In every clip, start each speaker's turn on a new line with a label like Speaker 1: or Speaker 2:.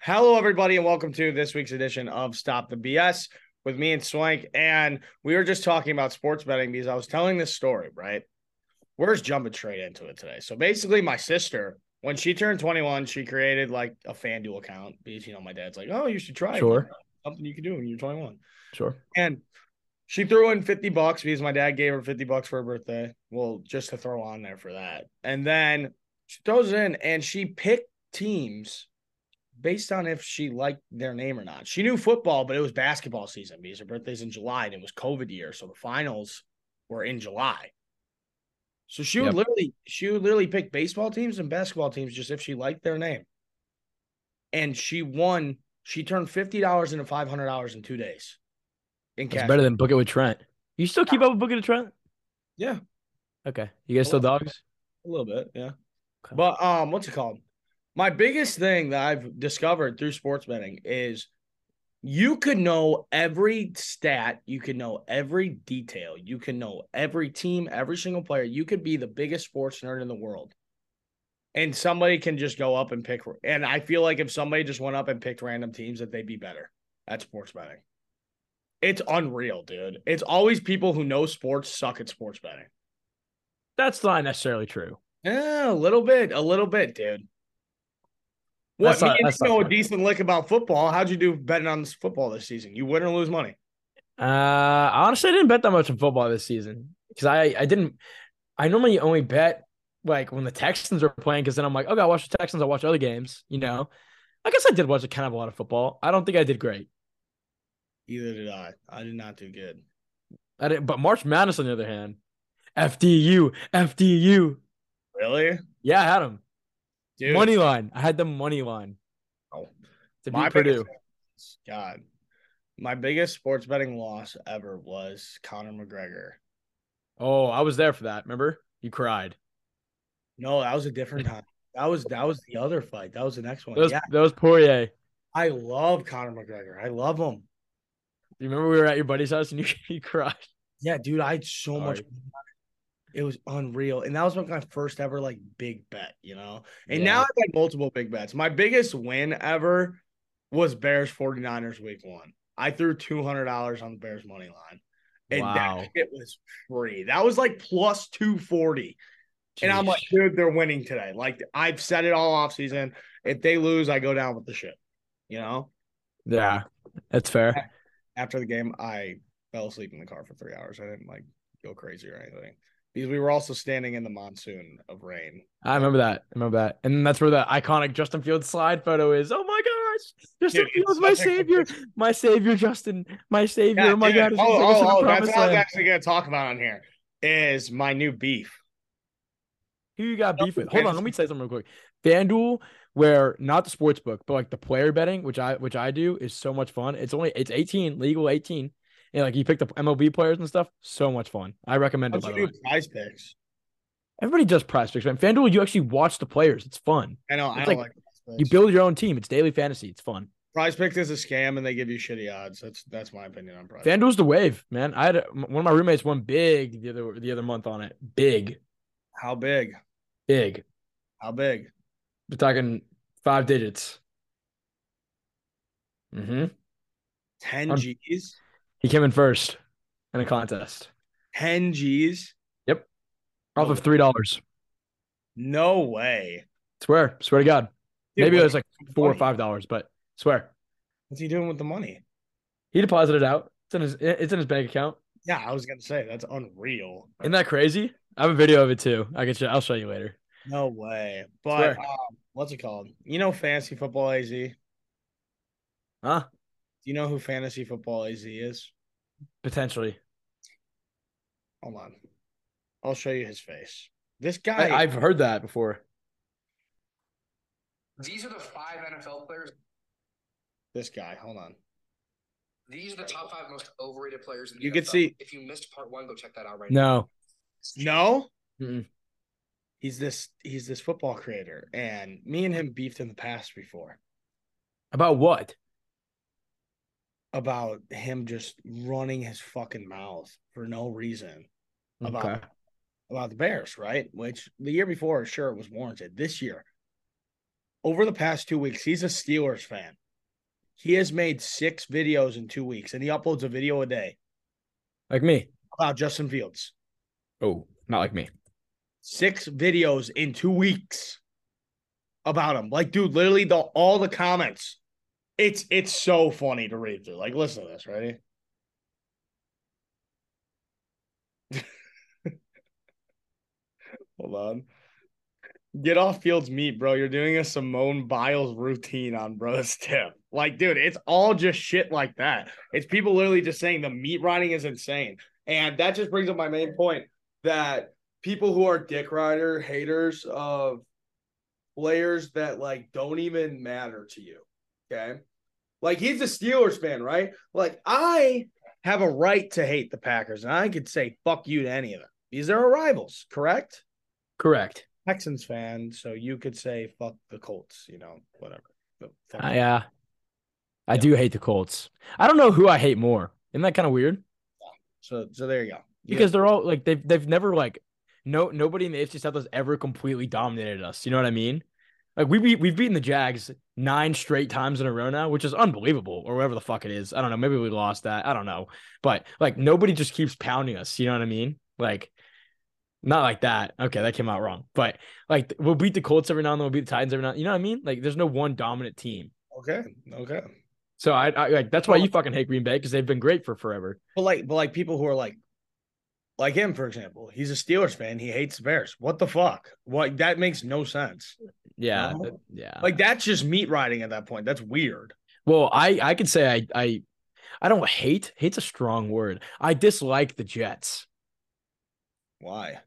Speaker 1: Hello, everybody, and welcome to this week's edition of Stop the BS with me and Swank. And we were just talking about sports betting because I was telling this story, right? We're just jumping straight into it today. So basically, my sister, when she turned 21, she created like a FanDuel account because, you know, my dad's like, oh, you should try it.
Speaker 2: Sure.
Speaker 1: Something you can do when you're 21.
Speaker 2: Sure.
Speaker 1: And she threw in 50 bucks because my dad gave her 50 bucks for her birthday. Well, just to throw on there for that. And then she throws it in and she picked teams based on if she liked their name or not. She knew football, but it was basketball season because her birthday's in July and it was COVID year. So the finals were in July. So she would
Speaker 2: Yep.
Speaker 1: literally she would literally pick baseball teams and basketball teams just if she liked their name. And she won, she turned fifty dollars into five hundred dollars in two days. In
Speaker 2: It's
Speaker 1: cash.
Speaker 2: better than Book It with Trent. You still keep up with Book It with Trent?
Speaker 1: Yeah.
Speaker 2: Okay. You guys still
Speaker 1: Hello.
Speaker 2: dogs?
Speaker 1: A little bit, yeah.
Speaker 2: Okay.
Speaker 1: But um, what's it called? My biggest thing that I've discovered through sports betting is you could know every stat, you could know every detail, you can know every team, every single player. You could be the biggest sports nerd in the world. And somebody can just go up and pick. And I feel like if somebody just went up and picked random teams, that they'd be better at sports betting. It's unreal, dude. It's always people who know sports suck at sports betting.
Speaker 2: That's not necessarily true.
Speaker 1: Yeah, a little bit, a little bit, dude. What
Speaker 2: That's
Speaker 1: me
Speaker 2: not-
Speaker 1: and
Speaker 2: that's
Speaker 1: you
Speaker 2: not
Speaker 1: know a
Speaker 2: fair.
Speaker 1: decent lick about football. How'd you do betting on this football this season? You win or lose money.
Speaker 2: Uh, I honestly didn't bet that much on football this season because I, I didn't. I normally only bet like when the Texans are playing because then I'm like, okay, I watch the Texans. I watch other games. You know, I guess I did watch a kind of a lot of football. I don't think I did great.
Speaker 1: Either did I. I did not do good.
Speaker 2: I didn't, but March Madness on the other hand, FDU, FDU.
Speaker 1: Really?
Speaker 2: Yeah, I had them
Speaker 1: Dude,
Speaker 2: money line. I had the money line
Speaker 1: Oh.
Speaker 2: to
Speaker 1: my
Speaker 2: beat
Speaker 1: biggest-
Speaker 2: Purdue.
Speaker 1: God. My biggest sports betting loss ever was Conor McGregor.
Speaker 2: Oh, I was there for that. Remember? You cried.
Speaker 1: No, that was a different time. That was that was the other fight. That was the next one.
Speaker 2: That was,
Speaker 1: yeah,
Speaker 2: that was Poirier.
Speaker 1: I love Conor McGregor. I love him.
Speaker 2: You remember we were at your buddy's house and you, you cried?
Speaker 1: Yeah, dude, I had so much.
Speaker 2: Sorry.
Speaker 1: It was unreal, and that was like my first ever like big bet, you know. And
Speaker 2: Yeah.
Speaker 1: now I've had multiple big bets. My biggest win ever was Bears 49ers week one. I threw two hundred dollars on the Bears money line, and
Speaker 2: Wow.
Speaker 1: that it was free. That was like plus two forty, and I'm like, dude, they're winning today. Like I've said it all off season. If they lose, I go down with the ship, you know.
Speaker 2: yeah, that's fair.
Speaker 1: after the game, I fell asleep in the car for three hours. I didn't like go crazy or anything because we were also standing in the monsoon of rain.
Speaker 2: I remember that. I remember that. And that's where the iconic Justin Fields slide photo is. Oh my gosh. Justin
Speaker 1: Dude, it's
Speaker 2: Fields, my
Speaker 1: such a good
Speaker 2: savior. My savior, Justin. My savior.
Speaker 1: Yeah,
Speaker 2: oh my
Speaker 1: dude.
Speaker 2: God. it's
Speaker 1: Oh,
Speaker 2: just like it's in
Speaker 1: oh,
Speaker 2: the
Speaker 1: oh, that's
Speaker 2: promised
Speaker 1: what I was
Speaker 2: land.
Speaker 1: actually going to talk about on here is my new beef.
Speaker 2: Who you got beef
Speaker 1: Justin
Speaker 2: with? Hold on,
Speaker 1: Fields.
Speaker 2: let me say something real quick. FanDuel, where not the sports book, but like the player betting, which I which I do, is so much fun. It's only it's 18, legal 18. And like you pick the MLB players and stuff, so much fun. I recommend it.
Speaker 1: What's
Speaker 2: By
Speaker 1: your
Speaker 2: the way.
Speaker 1: new prize picks?
Speaker 2: Everybody does prize picks, man. FanDuel, you actually watch the players. It's fun.
Speaker 1: I know I
Speaker 2: It's
Speaker 1: don't like,
Speaker 2: like-
Speaker 1: prize
Speaker 2: You
Speaker 1: picks.
Speaker 2: build your own team. It's daily fantasy. It's fun.
Speaker 1: prize picks is a scam and they give you shitty odds. That's that's my opinion on prize.
Speaker 2: FanDuel's the wave, man. I had a- m- one of my roommates won big the other the other month on it. Big,
Speaker 1: How big?
Speaker 2: big.
Speaker 1: How big?
Speaker 2: We're talking five digits. hmm
Speaker 1: Ten
Speaker 2: I'm-
Speaker 1: G's.
Speaker 2: He came in first in a contest.
Speaker 1: Ten G's.
Speaker 2: Off of three dollars.
Speaker 1: No way.
Speaker 2: Swear, swear to God.
Speaker 1: Dude,
Speaker 2: Maybe it
Speaker 1: what-
Speaker 2: was like four or
Speaker 1: funny.
Speaker 2: five dollars, but swear.
Speaker 1: What's he doing with the money?
Speaker 2: He deposited out. It's in his it's in his bank account.
Speaker 1: Yeah, I was gonna say that's unreal.
Speaker 2: Isn't that crazy? I have a video of it too. I can show, I'll show you later.
Speaker 1: No way. But
Speaker 2: Swear.
Speaker 1: um, what's it called? You know fantasy football AZ? Do
Speaker 2: Huh?
Speaker 1: you know who fantasy football AZ is?
Speaker 2: Potentially.
Speaker 1: Hold on. I'll show you his face. This
Speaker 2: I,
Speaker 1: guy
Speaker 2: I've heard that before.
Speaker 3: These are the five NFL players.
Speaker 1: this guy, hold on.
Speaker 3: These are the top five most overrated players in the
Speaker 1: You could
Speaker 3: NFL.
Speaker 1: see-
Speaker 3: If you missed part one, go check that out right now.
Speaker 2: No.
Speaker 1: No?
Speaker 2: Mm-mm.
Speaker 1: He's this he's this football creator and me and him beefed in the past before
Speaker 2: About what?
Speaker 1: about him just running his fucking mouth for no reason About-
Speaker 2: Okay.
Speaker 1: about the Bears, right? Which the year before sure it was warranted. This year over the past two weeks, he's a Steelers fan. He has made six videos in two weeks, and he uploads a video a day
Speaker 2: Like me.
Speaker 1: about Justin Fields.
Speaker 2: Oh, not like me.
Speaker 1: Six videos in two weeks about him. Like, dude, literally the all the comments. It's it's so funny to read through. Like, listen to this, ready? Hold on. Get off Fields meat, bro. You're doing a Simone Biles routine on Bro's tip. Like, dude, it's all just shit like that. It's people literally just saying the meat riding is insane. And that just brings up my main point that people who are dick rider haters of players that like don't even matter to you. Okay. Like he's a Steelers fan, right? Like I have a right to hate the Packers, and I could say fuck you to any of them. These are our rivals, correct?
Speaker 2: Correct.
Speaker 1: Texans fan, so you could say fuck the Colts, you know, whatever. But fuck
Speaker 2: I uh, I
Speaker 1: Yeah.
Speaker 2: do hate the Colts. I don't know who I hate more. Isn't that kind of weird?
Speaker 1: so so there you go. You-
Speaker 2: Because they're all like they've they've never like no nobody in the AFC South has ever completely dominated us. You know what I mean? Like we beat we've beaten the Jags nine straight times in a row now, which is unbelievable, or whatever the fuck it is. I don't know. Maybe we lost that. I don't know. But like nobody just keeps pounding us. You know what I mean? Like not like that. Okay, that came out wrong. But like we'll beat the Colts every now and then. We'll beat the Titans every now. You know what I mean? Like there's no one dominant team.
Speaker 1: okay, okay.
Speaker 2: So I, I like that's why you fucking hate Green Bay because they've been great for forever.
Speaker 1: But like, but like people who are like, like him for example, he's a Steelers fan. He hates the Bears. What the fuck? What that makes no sense.
Speaker 2: Yeah, uh,
Speaker 1: No.
Speaker 2: th- yeah.
Speaker 1: Like that's just meat riding at that point. That's weird.
Speaker 2: Well, I I could say I I I don't hate. Hate's a strong word. I dislike the Jets.
Speaker 1: Why?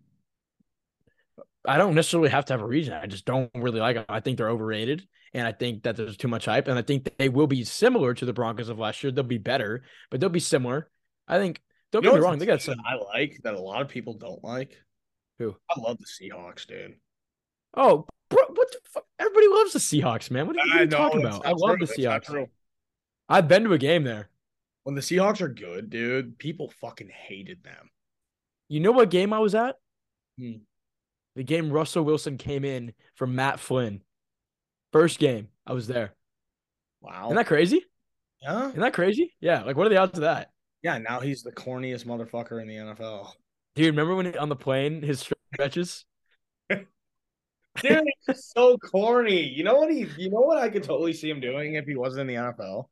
Speaker 2: I don't necessarily have to have a reason. I just don't really like them. I think they're overrated, and I think that there's too much hype. And I think they will be similar to the Broncos of last year. They'll be better, but they'll be similar. I think. Don't
Speaker 1: You know
Speaker 2: get me
Speaker 1: what's
Speaker 2: wrong. They got
Speaker 1: team
Speaker 2: some.
Speaker 1: I like that a lot of people don't like.
Speaker 2: Who?
Speaker 1: I love the Seahawks, dude.
Speaker 2: Oh, bro, what the fuck? Everybody loves the Seahawks, man. What are you, what are you talking
Speaker 1: that's
Speaker 2: about? I
Speaker 1: not
Speaker 2: love
Speaker 1: true.
Speaker 2: the
Speaker 1: That's not
Speaker 2: Seahawks.
Speaker 1: true.
Speaker 2: I've been to a game there.
Speaker 1: When the Seahawks are good, dude, people fucking hated them.
Speaker 2: You know what game I was at?
Speaker 1: Hmm.
Speaker 2: The game Russell Wilson came in for Matt Flynn. First game, I was there.
Speaker 1: Wow.
Speaker 2: Isn't that crazy?
Speaker 1: yeah.
Speaker 2: Isn't that crazy? Yeah. Like, what are the odds of that?
Speaker 1: Yeah. Now he's the corniest motherfucker in the NFL.
Speaker 2: Dude, remember when he- on the plane his stretches?
Speaker 1: Dude, he's just so corny. You know what he? You know what I could totally see him doing if he wasn't in the NFL.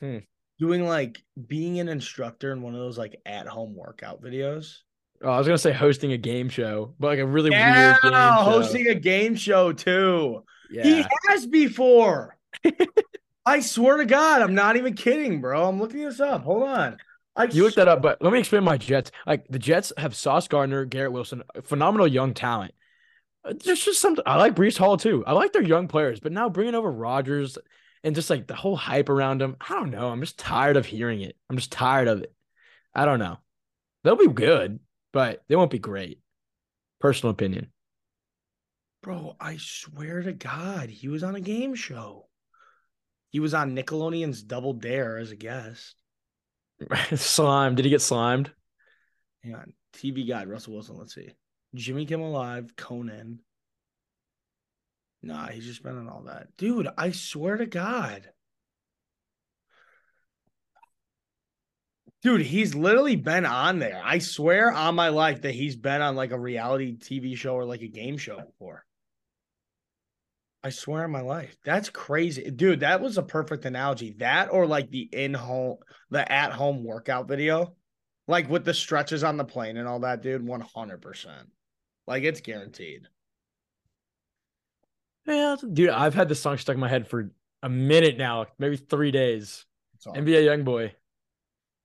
Speaker 2: Hmm.
Speaker 1: Doing like being an instructor in one of those like at home workout videos.
Speaker 2: Oh, I was gonna say hosting a game show, but like a really
Speaker 1: Yeah,
Speaker 2: weird game show.
Speaker 1: hosting a game show too. He
Speaker 2: Yeah.
Speaker 1: has before. I swear to God, I'm not even kidding, bro. I'm looking this up. Hold on. I
Speaker 2: You looked that up, but let me explain my Jets. Like the Jets have Sauce Gardner, Garrett Wilson, phenomenal young talent. Uh, There's just something I like Brees Hall too. I like their young players, but now bringing over Rodgers and just like the whole hype around him, I don't know. I'm just tired of hearing it. I'm just tired of it. I don't know. They'll be good, but they won't be great. Personal opinion.
Speaker 1: bro. I swear to God, he was on a game show. He was on Nickelodeon's Double Dare as a guest.
Speaker 2: Slime. Did he get slimed?
Speaker 1: Hang on, TV Guide, Russell Wilson. Let's see, Jimmy Kimmel Live, Conan. Nah, he's just been on all that, dude. I swear to God, dude, he's literally been on there. I swear on my life that he's been on like a reality TV show or like a game show before. I swear on my life, that's crazy, dude. That was a perfect analogy. That or like the in home, the at home workout video like with the stretches on the plane and all that, dude, one hundred percent. Like it's guaranteed.
Speaker 2: Yeah, dude. I've had this song stuck in my head for a minute now, maybe three days.
Speaker 1: That's all.
Speaker 2: NBA YoungBoy.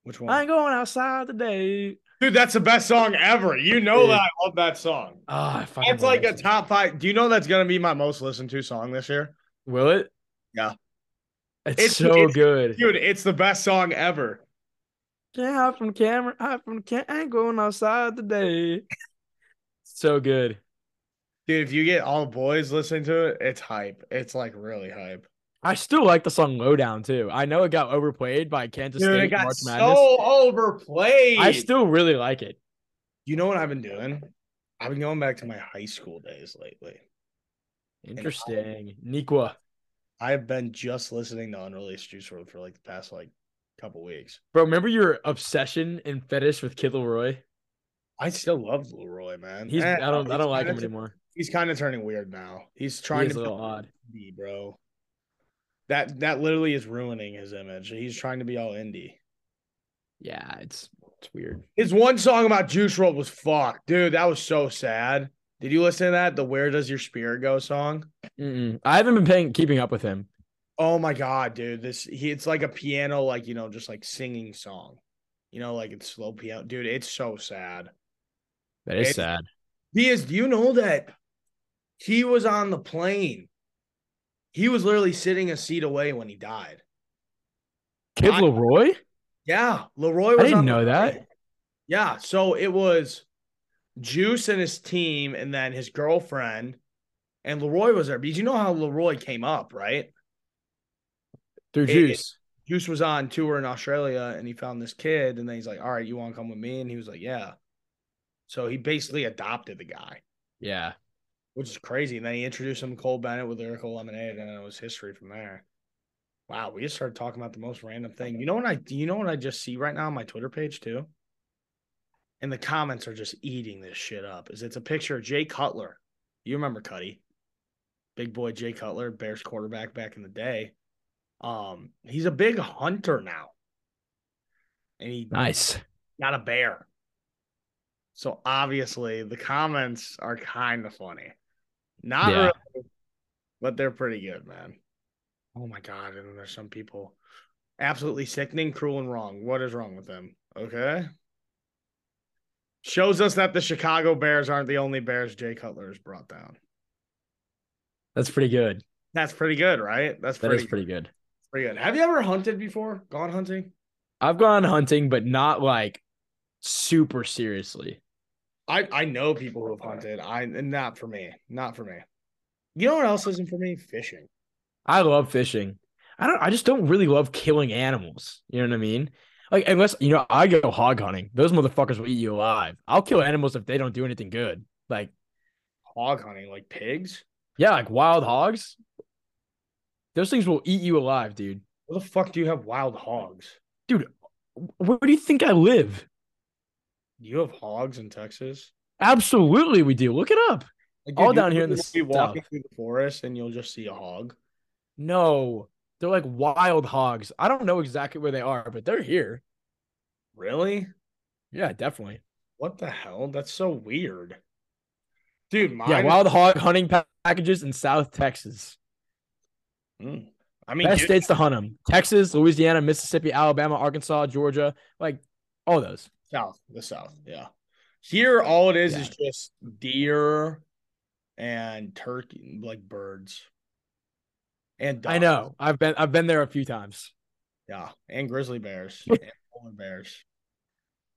Speaker 1: Which
Speaker 2: I
Speaker 1: one,
Speaker 2: ain't going outside today.
Speaker 1: dude? That's the best song ever. You know
Speaker 2: Dude.
Speaker 1: that I love that song.
Speaker 2: Oh, I fucking
Speaker 1: That's
Speaker 2: love
Speaker 1: like a
Speaker 2: that song.
Speaker 1: top five. Do you know that's gonna be my most listened to song this year,
Speaker 2: Will it?
Speaker 1: Yeah.
Speaker 2: It's,
Speaker 1: It's-
Speaker 2: so
Speaker 1: it's-
Speaker 2: good.
Speaker 1: dude? It's the best song ever.
Speaker 2: Can't hide from camera. Hide from cam- I ain't going outside today. so good.
Speaker 1: Dude, if you get all boys listening to it, it's hype. It's like really hype.
Speaker 2: I still like the song "Lowdown" too. I know it got overplayed by Kansas
Speaker 1: Dude,
Speaker 2: State
Speaker 1: it got
Speaker 2: March
Speaker 1: so
Speaker 2: Madness.
Speaker 1: overplayed.
Speaker 2: I still really like it.
Speaker 1: you know what I've been doing? I've been going back to my high school days lately.
Speaker 2: Interesting. Nikwa.
Speaker 1: I've been just listening to unreleased Juice World for like the past like couple weeks.
Speaker 2: Bro, remember your obsession and fetish with Kid Leroy?
Speaker 1: I still love Leroy, man.
Speaker 2: He's
Speaker 1: Eh,
Speaker 2: I don't I
Speaker 1: he's
Speaker 2: don't like
Speaker 1: kinda
Speaker 2: him
Speaker 1: tu-
Speaker 2: anymore.
Speaker 1: He's kind of turning weird now. He's
Speaker 2: He
Speaker 1: trying
Speaker 2: is
Speaker 1: to
Speaker 2: a
Speaker 1: be
Speaker 2: little odd.
Speaker 1: indie, bro. That that literally is ruining his image. He's trying to be all indie.
Speaker 2: Yeah, it's it's weird.
Speaker 1: His one song about Juice World was fuck, dude. That was so sad. Did you listen to that? The Where Does Your Spirit Go song?
Speaker 2: Mm-mm. I haven't been paying keeping up with him.
Speaker 1: Oh my god, dude. This he it's like a piano, like you know, just like singing song. You know, like it's slow piano. Dude, it's so sad.
Speaker 2: That is
Speaker 1: It's-
Speaker 2: sad.
Speaker 1: He is. Do you know that he was on the plane? He was literally sitting a seat away when he died.
Speaker 2: Kid
Speaker 1: I-
Speaker 2: Leroy?
Speaker 1: Yeah, Leroy. Was
Speaker 2: I didn't
Speaker 1: on the
Speaker 2: know that.
Speaker 1: plane. Yeah, so it was Juice and his team, and then his girlfriend, and Leroy was there. But you know how Leroy came up, right?
Speaker 2: Through
Speaker 1: It-
Speaker 2: juice.
Speaker 1: Juice was on tour in Australia, and he found this kid, and then he's like, "All right, you want to come with me?" And he was like, "Yeah." So he basically adopted the guy.
Speaker 2: Yeah.
Speaker 1: which is crazy. And then he introduced him to Cole Bennett with Lyrical Lemonade, and then it was history from there. Wow, we just started talking about the most random thing. You know what I? You know what I just see right now on my Twitter page too. And the comments are just eating this shit up. Is it's a picture of Jay Cutler? You remember Cuddy, big boy Jay Cutler, Bears quarterback back in the day. Um, he's a big hunter now, and he
Speaker 2: Nice.
Speaker 1: got a bear. So obviously the comments are kind of funny. Not
Speaker 2: Yeah.
Speaker 1: really, but they're pretty good, man. Oh my god, and then there's some people absolutely sickening, cruel, and wrong. What is wrong with them? Okay. Shows us that the Chicago Bears aren't the only Bears Jay Cutler has brought down.
Speaker 2: That's pretty good.
Speaker 1: That's pretty good, right? That's
Speaker 2: That
Speaker 1: pretty,
Speaker 2: is pretty good.
Speaker 1: pretty good. Have you ever hunted before? Gone hunting?
Speaker 2: I've gone hunting, but not like super seriously.
Speaker 1: I I know people who have hunted. I not for me. Not for me. You know what else isn't for me? Fishing.
Speaker 2: I love fishing. I don't I just don't really love killing animals. You know what I mean? Like unless you know, I go hog hunting. Those motherfuckers will eat you alive. I'll kill animals if they don't do anything good. Like
Speaker 1: Hog hunting, like pigs.
Speaker 2: yeah, like wild hogs. Those things will eat you alive, dude.
Speaker 1: Where the fuck do you have wild hogs?
Speaker 2: Wh- Where do you think I live?
Speaker 1: Do you have hogs in Texas?
Speaker 2: Absolutely, we do. Look it up.
Speaker 1: Like,
Speaker 2: All
Speaker 1: you
Speaker 2: down here in the
Speaker 1: literally Be walking
Speaker 2: South.
Speaker 1: through the forest and you'll just see a hog.
Speaker 2: No, they're like wild hogs. I don't know exactly where they are, but they're here.
Speaker 1: Really?
Speaker 2: Yeah, definitely.
Speaker 1: What the hell? That's so weird, dude. Mine.
Speaker 2: yeah,
Speaker 1: is-
Speaker 2: wild hog hunting pa- packages in South Texas.
Speaker 1: Mm. I mean,
Speaker 2: Best
Speaker 1: you-
Speaker 2: states to hunt them: Texas, Louisiana, Mississippi, Alabama, Arkansas, Georgia. Like all those.
Speaker 1: south, the south. Yeah. Here, all it is
Speaker 2: Yeah.
Speaker 1: is just deer and turkey, like birds. And
Speaker 2: I
Speaker 1: ducks.
Speaker 2: know. I've been I've been there a few times.
Speaker 1: Yeah, and grizzly bears and polar bears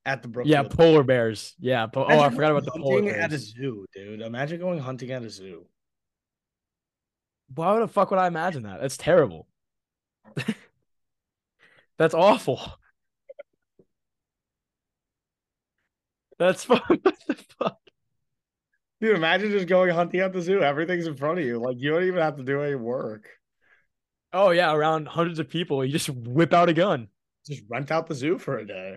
Speaker 1: at the Brookfield.
Speaker 2: Yeah, polar bears. Yeah. Po- oh, I
Speaker 1: Imagine
Speaker 2: forgot
Speaker 1: going
Speaker 2: about the polar
Speaker 1: hunting at a
Speaker 2: bears.
Speaker 1: zoo, dude. Imagine going hunting at a zoo.
Speaker 2: Why the fuck would I imagine that? That's terrible. That's awful. That's fu- what the fuck.
Speaker 1: Dude, imagine just going hunting at the zoo. Everything's in front of you. Like you don't even have to do any work.
Speaker 2: Oh yeah, around hundreds of people, you just whip out a gun.
Speaker 1: Just rent out the zoo for a day.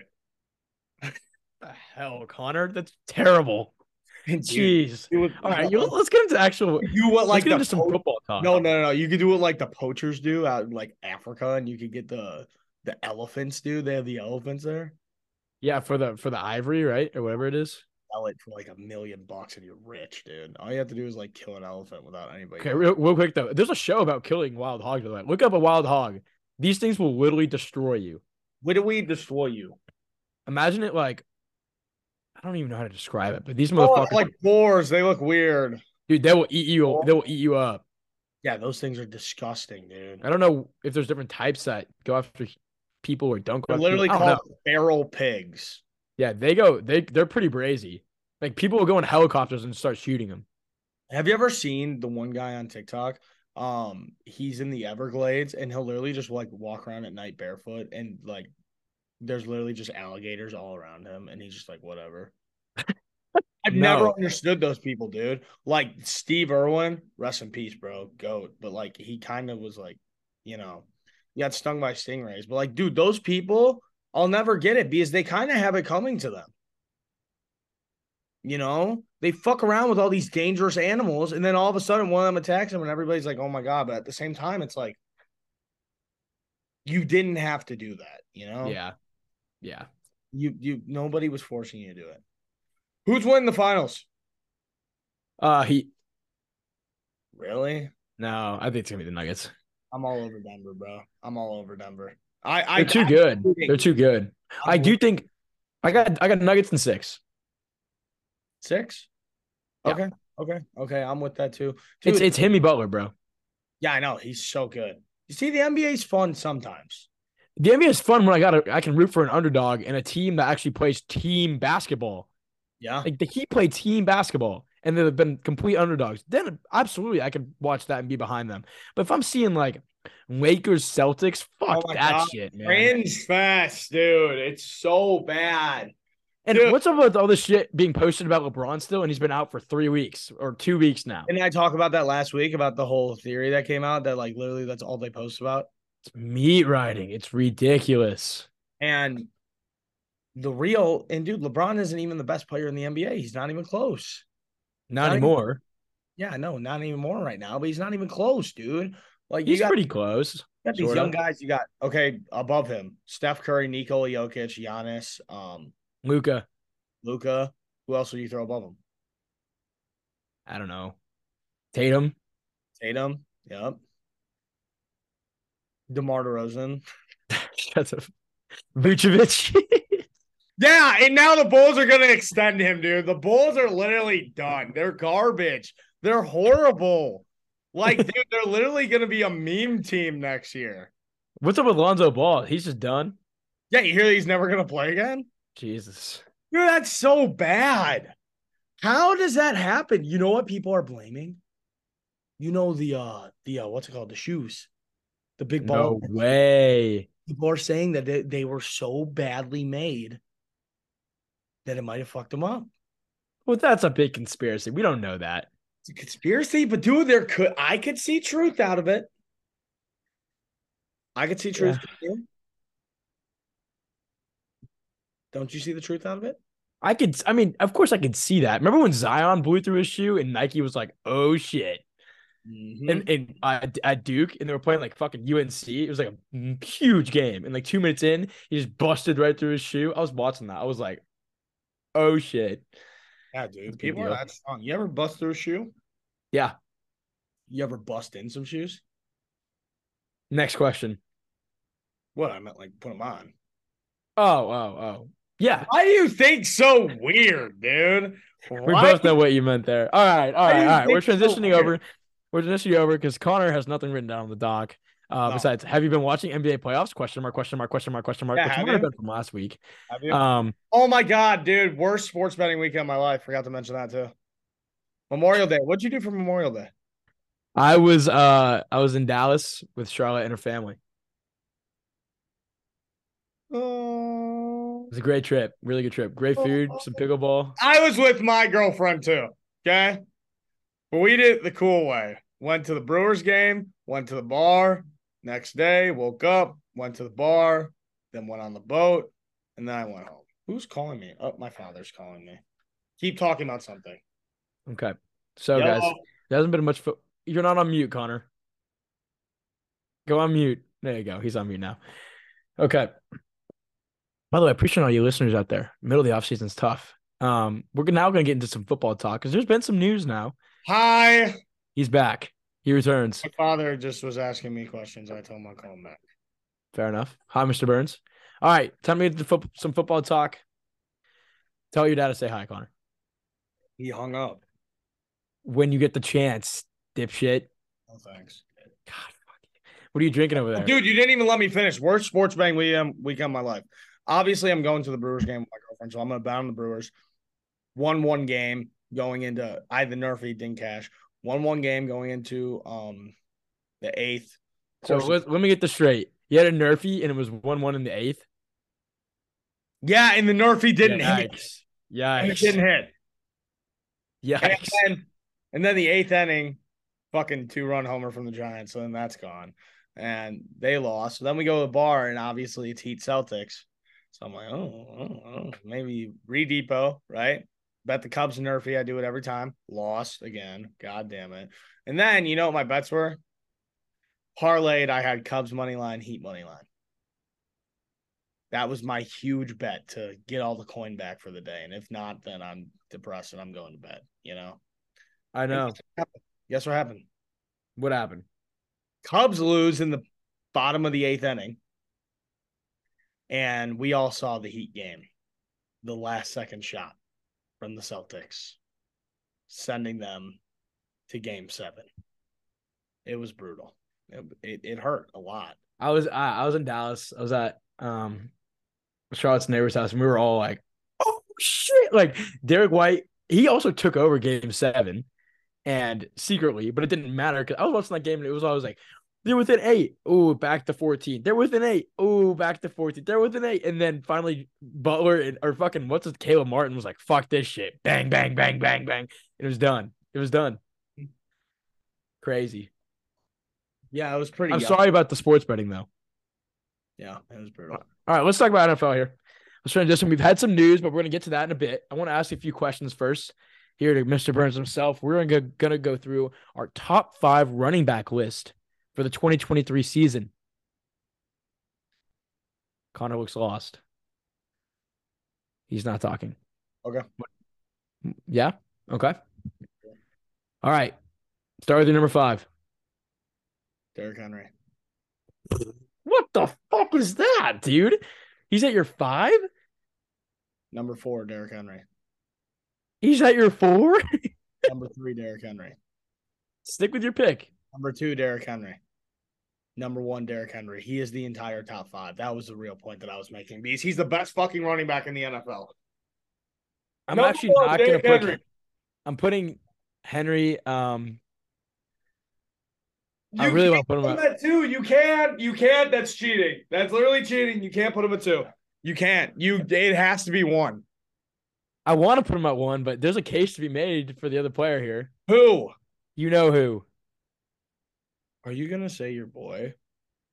Speaker 2: The hell, Connor, that's terrible.
Speaker 1: And dude,
Speaker 2: Jeez.
Speaker 1: do it-
Speaker 2: All right, you, let's get into actual.
Speaker 1: you do what like
Speaker 2: Like get
Speaker 1: the
Speaker 2: into some
Speaker 1: po-
Speaker 2: football talk.
Speaker 1: no, no, no, no. You could do what like the poachers do out in like Africa, and you could get the the elephants. Do they have the elephants there?
Speaker 2: Yeah, for the for the ivory, right, or whatever it is.
Speaker 1: Sell it for like a million bucks, and you're rich, dude. All you have to do is like kill an elephant without anybody.
Speaker 2: Okay, real, real quick though, there's a show about killing wild hogs. By the way, look up a wild hog. These things will literally destroy you.
Speaker 1: Where do we destroy you?
Speaker 2: Imagine it like, I don't even know how to describe it, but these
Speaker 1: Oh,
Speaker 2: motherfuckers,
Speaker 1: like boars, they look weird.
Speaker 2: dude, they will eat you. They will eat you up.
Speaker 1: Yeah, those things are disgusting, dude.
Speaker 2: I don't know if there's different types that go after people or don't go.
Speaker 1: They're
Speaker 2: After
Speaker 1: literally
Speaker 2: people. I don't know.
Speaker 1: called feral pigs.
Speaker 2: Yeah, they go. They they're pretty brazy. Like people will go in helicopters and start shooting them.
Speaker 1: Have you ever seen the one guy on TikTok? Um, he's in the Everglades and he'll literally just like walk around at night barefoot and like there's literally just alligators all around him and he's just like whatever. I I've never understood those people, dude. Like Steve Irwin, rest in peace, bro, goat. But like he kind of was like, you know, he got stung by stingrays. But like, dude, those people, I'll never get it because they kind of have it coming to them. You know, they fuck around with all these dangerous animals, and then all of a sudden one of them attacks them, and everybody's like, "Oh my god!" But at the same time, it's like you didn't have to do that. You know?
Speaker 2: Yeah. Yeah.
Speaker 1: You you nobody was forcing you to do it. Who's winning the finals?
Speaker 2: Uh he
Speaker 1: Really?
Speaker 2: no, I think it's gonna be the Nuggets.
Speaker 1: I'm all over Denver, bro. I'm all over Denver. I I Oh.
Speaker 2: They're too good. They're too good. I do think I got I got Nuggets in six.
Speaker 1: six.
Speaker 2: Yeah.
Speaker 1: Okay. Okay. Okay. I'm with that too. Dude,
Speaker 2: It's it's Himmy Butler, bro.
Speaker 1: yeah, I know. He's so good. You see, the NBA's fun sometimes.
Speaker 2: The NBA is fun when I got a, I can root for an underdog and a team that actually plays team basketball.
Speaker 1: Yeah.
Speaker 2: Like the Heat play team basketball and they've been complete underdogs. Then absolutely I could watch that and be behind them. But if I'm seeing like Lakers Celtics, fuck
Speaker 1: Oh my
Speaker 2: that
Speaker 1: God.
Speaker 2: shit, man.
Speaker 1: Fringe fest, dude. It's so bad.
Speaker 2: And
Speaker 1: Dude.
Speaker 2: what's up with all this shit being posted about LeBron still? And he's been out for three weeks or two weeks now.
Speaker 1: Didn't I talk about that last week about the whole theory that came out that like literally that's all they post about?
Speaker 2: It's meat riding. It's ridiculous.
Speaker 1: And the real and dude, LeBron isn't even the best player in the NBA. He's not even close.
Speaker 2: Not,
Speaker 1: Not even-
Speaker 2: anymore.
Speaker 1: Yeah, no, not even more right now, but he's not even close, dude. Like you
Speaker 2: He's
Speaker 1: got,
Speaker 2: pretty close.
Speaker 1: you got these
Speaker 2: sorta.
Speaker 1: young guys you got okay above him. Steph Curry, Nikola Jokic, Giannis, um,
Speaker 2: Luca.
Speaker 1: Luca. Who else would you throw above him?
Speaker 2: I don't know. Tatum.
Speaker 1: Tatum. Yep. DeMar DeRozan.
Speaker 2: Shut up. Vucevic.
Speaker 1: Yeah, and now the Bulls are gonna extend him, dude. The Bulls are literally done. They're garbage. They're horrible. Like, dude, they're literally gonna be a meme team next year.
Speaker 2: what's up with Lonzo Ball? He's just done.
Speaker 1: Yeah, you hear he's never gonna play again?
Speaker 2: Jesus.
Speaker 1: Dude, that's so bad. How does that happen? You know what people are blaming? You know the uh the uh what's it called? The shoes. The big ball.
Speaker 2: No way.
Speaker 1: People are saying that they, they were so badly made that it might have fucked them up.
Speaker 2: Well, that's a big conspiracy. We don't know that.
Speaker 1: It's a conspiracy, but dude, there could I could see truth out of it. I could see truth. Here. Don't you see the truth out of it?
Speaker 2: I could, I mean, of course I could see that. Remember when Zion blew through his shoe and Nike was like, oh shit. and
Speaker 1: Mm-hmm.
Speaker 2: and uh, at Duke, and they were playing like fucking UNC. It was like a m- huge game, and like two minutes in, he just busted right through his shoe. I was watching that. I was like, "Oh shit!"
Speaker 1: yeah, dude.
Speaker 2: a big
Speaker 1: People are
Speaker 2: deal.
Speaker 1: that strong. You ever bust through a shoe?
Speaker 2: Yeah.
Speaker 1: You ever bust in some shoes?
Speaker 2: Next question.
Speaker 1: What I meant, like put them on.
Speaker 2: Oh oh oh yeah.
Speaker 1: Why do you think so weird, dude?
Speaker 2: We both know what you meant there. All right, all
Speaker 1: Why do
Speaker 2: right,
Speaker 1: you
Speaker 2: all right. We're
Speaker 1: think so
Speaker 2: transitioning
Speaker 1: weird?
Speaker 2: over. We're transitioning over because Connor has nothing written down on the doc. Uh,
Speaker 1: No.
Speaker 2: Besides, have you been watching NBA playoffs? Question mark. Question mark. Question mark. Question mark.
Speaker 1: Yeah,
Speaker 2: which
Speaker 1: have
Speaker 2: might have
Speaker 1: you?
Speaker 2: been from last week.
Speaker 1: Have you?
Speaker 2: Um,
Speaker 1: oh my god, dude! Worst sports betting weekend of my life. Forgot to mention that too. Memorial Day. What'd you do for Memorial Day?
Speaker 2: I was uh I was in Dallas with Charlotte and her family. It
Speaker 1: Oh.
Speaker 2: was a great trip. Really good trip. Great food. Some pickleball.
Speaker 1: I was with my girlfriend too. Okay. But we did it the cool way. Went to the Brewers game, went to the bar. Next day, woke up, went to the bar, then went on the boat, and then I went home. Who's calling me? Oh, my father's calling me. Keep talking about something.
Speaker 2: Okay. So
Speaker 1: Yo,
Speaker 2: guys, there hasn't been much. Fo- You're not on mute, Connor. Go on mute. There you go. He's on mute now. Okay. By the way, I appreciate all you listeners out there. Middle of the off season's tough. Um, we're now going to get into some football talk because there's been some news now.
Speaker 1: Hi.
Speaker 2: He's back. He returns.
Speaker 1: My father just was asking me questions. I told him I'll call him back.
Speaker 2: Fair enough. Hi, Mr. Burns. All right, time to get into fo- some football talk. Tell your dad to say hi, Connor.
Speaker 1: He hung up.
Speaker 2: When you get the chance, dipshit.
Speaker 1: No thanks.
Speaker 2: God, fuck. what are you drinking over there?
Speaker 1: Dude, you didn't even let me finish. Worst sports betting weekend, weekend of my life. Obviously, I'm going to the Brewers game with my girlfriend, so I'm going to bet on the Brewers. 1 1 game going into I the Nerfy didn't cash. 1 1 game going into um the eighth.
Speaker 2: So let, let me get this straight. You had a nerfy and it was one one in the eighth.
Speaker 1: Yeah, and the Nerfy didn't hit.
Speaker 2: Yikes.
Speaker 1: And
Speaker 2: Yikes.
Speaker 1: It didn't hit. And
Speaker 2: Yikes.
Speaker 1: then, and then the eighth inning, fucking two run homer from the Giants. So then that's gone. And they lost. So then we go to the bar, and obviously it's Heat Celtics. So I'm like, oh, oh, oh, maybe re-depot, right? Bet the Cubs and Nerfy. I do it every time. Lost again. God damn it. And then you know what my bets were? Parlayed, I had Cubs money line, Heat money line. That was my huge bet to get all the coin back for the day. And if not, then I'm depressed and I'm going to bed, you know?
Speaker 2: I know.
Speaker 1: Guess what happened?
Speaker 2: What happened?
Speaker 1: Cubs lose in the bottom of the eighth inning. And we all saw the Heat game, the last second shot from the Celtics, sending them to game seven. It was brutal. It, it, it hurt a lot.
Speaker 2: I was I, I was in Dallas. I was at um Charlotte's neighbor's house, and we were all like, "Oh shit!" Like Derek White, he also took over Game Seven, and secretly, but it didn't matter because I was watching that game, and it was always like, "They're within eight. Ooh, back to fourteen. They're within eight. Ooh, back to fourteen. They're within eight. And then finally, Butler and or fucking what's it? Caleb Martin was like, "Fuck this shit!" Bang, bang, bang, bang, bang. It was done. It was done. Crazy.
Speaker 1: Yeah, it was pretty.
Speaker 2: I'm
Speaker 1: yucky.
Speaker 2: sorry about the sports betting though.
Speaker 1: Yeah, it was brutal.
Speaker 2: All right, let's talk about NFL here. Let's transition. We've had some news, but we're going to get to that in a bit. I want to ask you a few questions first here to Mr. Burns himself. We're going to go through our top five running back list for the 2023 season. Connor looks lost. He's not talking.
Speaker 1: Okay.
Speaker 2: Yeah. Okay. All right. Start with your number five.
Speaker 1: Derrick Henry.
Speaker 2: What the fuck was that, dude? He's at your five?
Speaker 1: Number four, Derrick Henry.
Speaker 2: He's at your four?
Speaker 1: Number three, Derrick Henry.
Speaker 2: Stick with your pick.
Speaker 1: Number two, Derrick Henry. Number one, Derrick Henry. He is the entire top five. That was the real point that I was making. Because he's the best fucking running back in the NFL.
Speaker 2: I'm
Speaker 1: Number
Speaker 2: actually
Speaker 1: one,
Speaker 2: not going to
Speaker 1: Derrick
Speaker 2: put.
Speaker 1: Henry.
Speaker 2: I'm putting Henry. Um, I
Speaker 1: You
Speaker 2: really
Speaker 1: can't
Speaker 2: want to put him
Speaker 1: put him
Speaker 2: up.
Speaker 1: at two. You can't. You can't. That's cheating. That's literally cheating. You can't put him at two. You can't. You. It has to be one.
Speaker 2: I want to put him at one, but there's a case to be made for the other player here.
Speaker 1: Who?
Speaker 2: You know who?
Speaker 1: Are you gonna say your boy?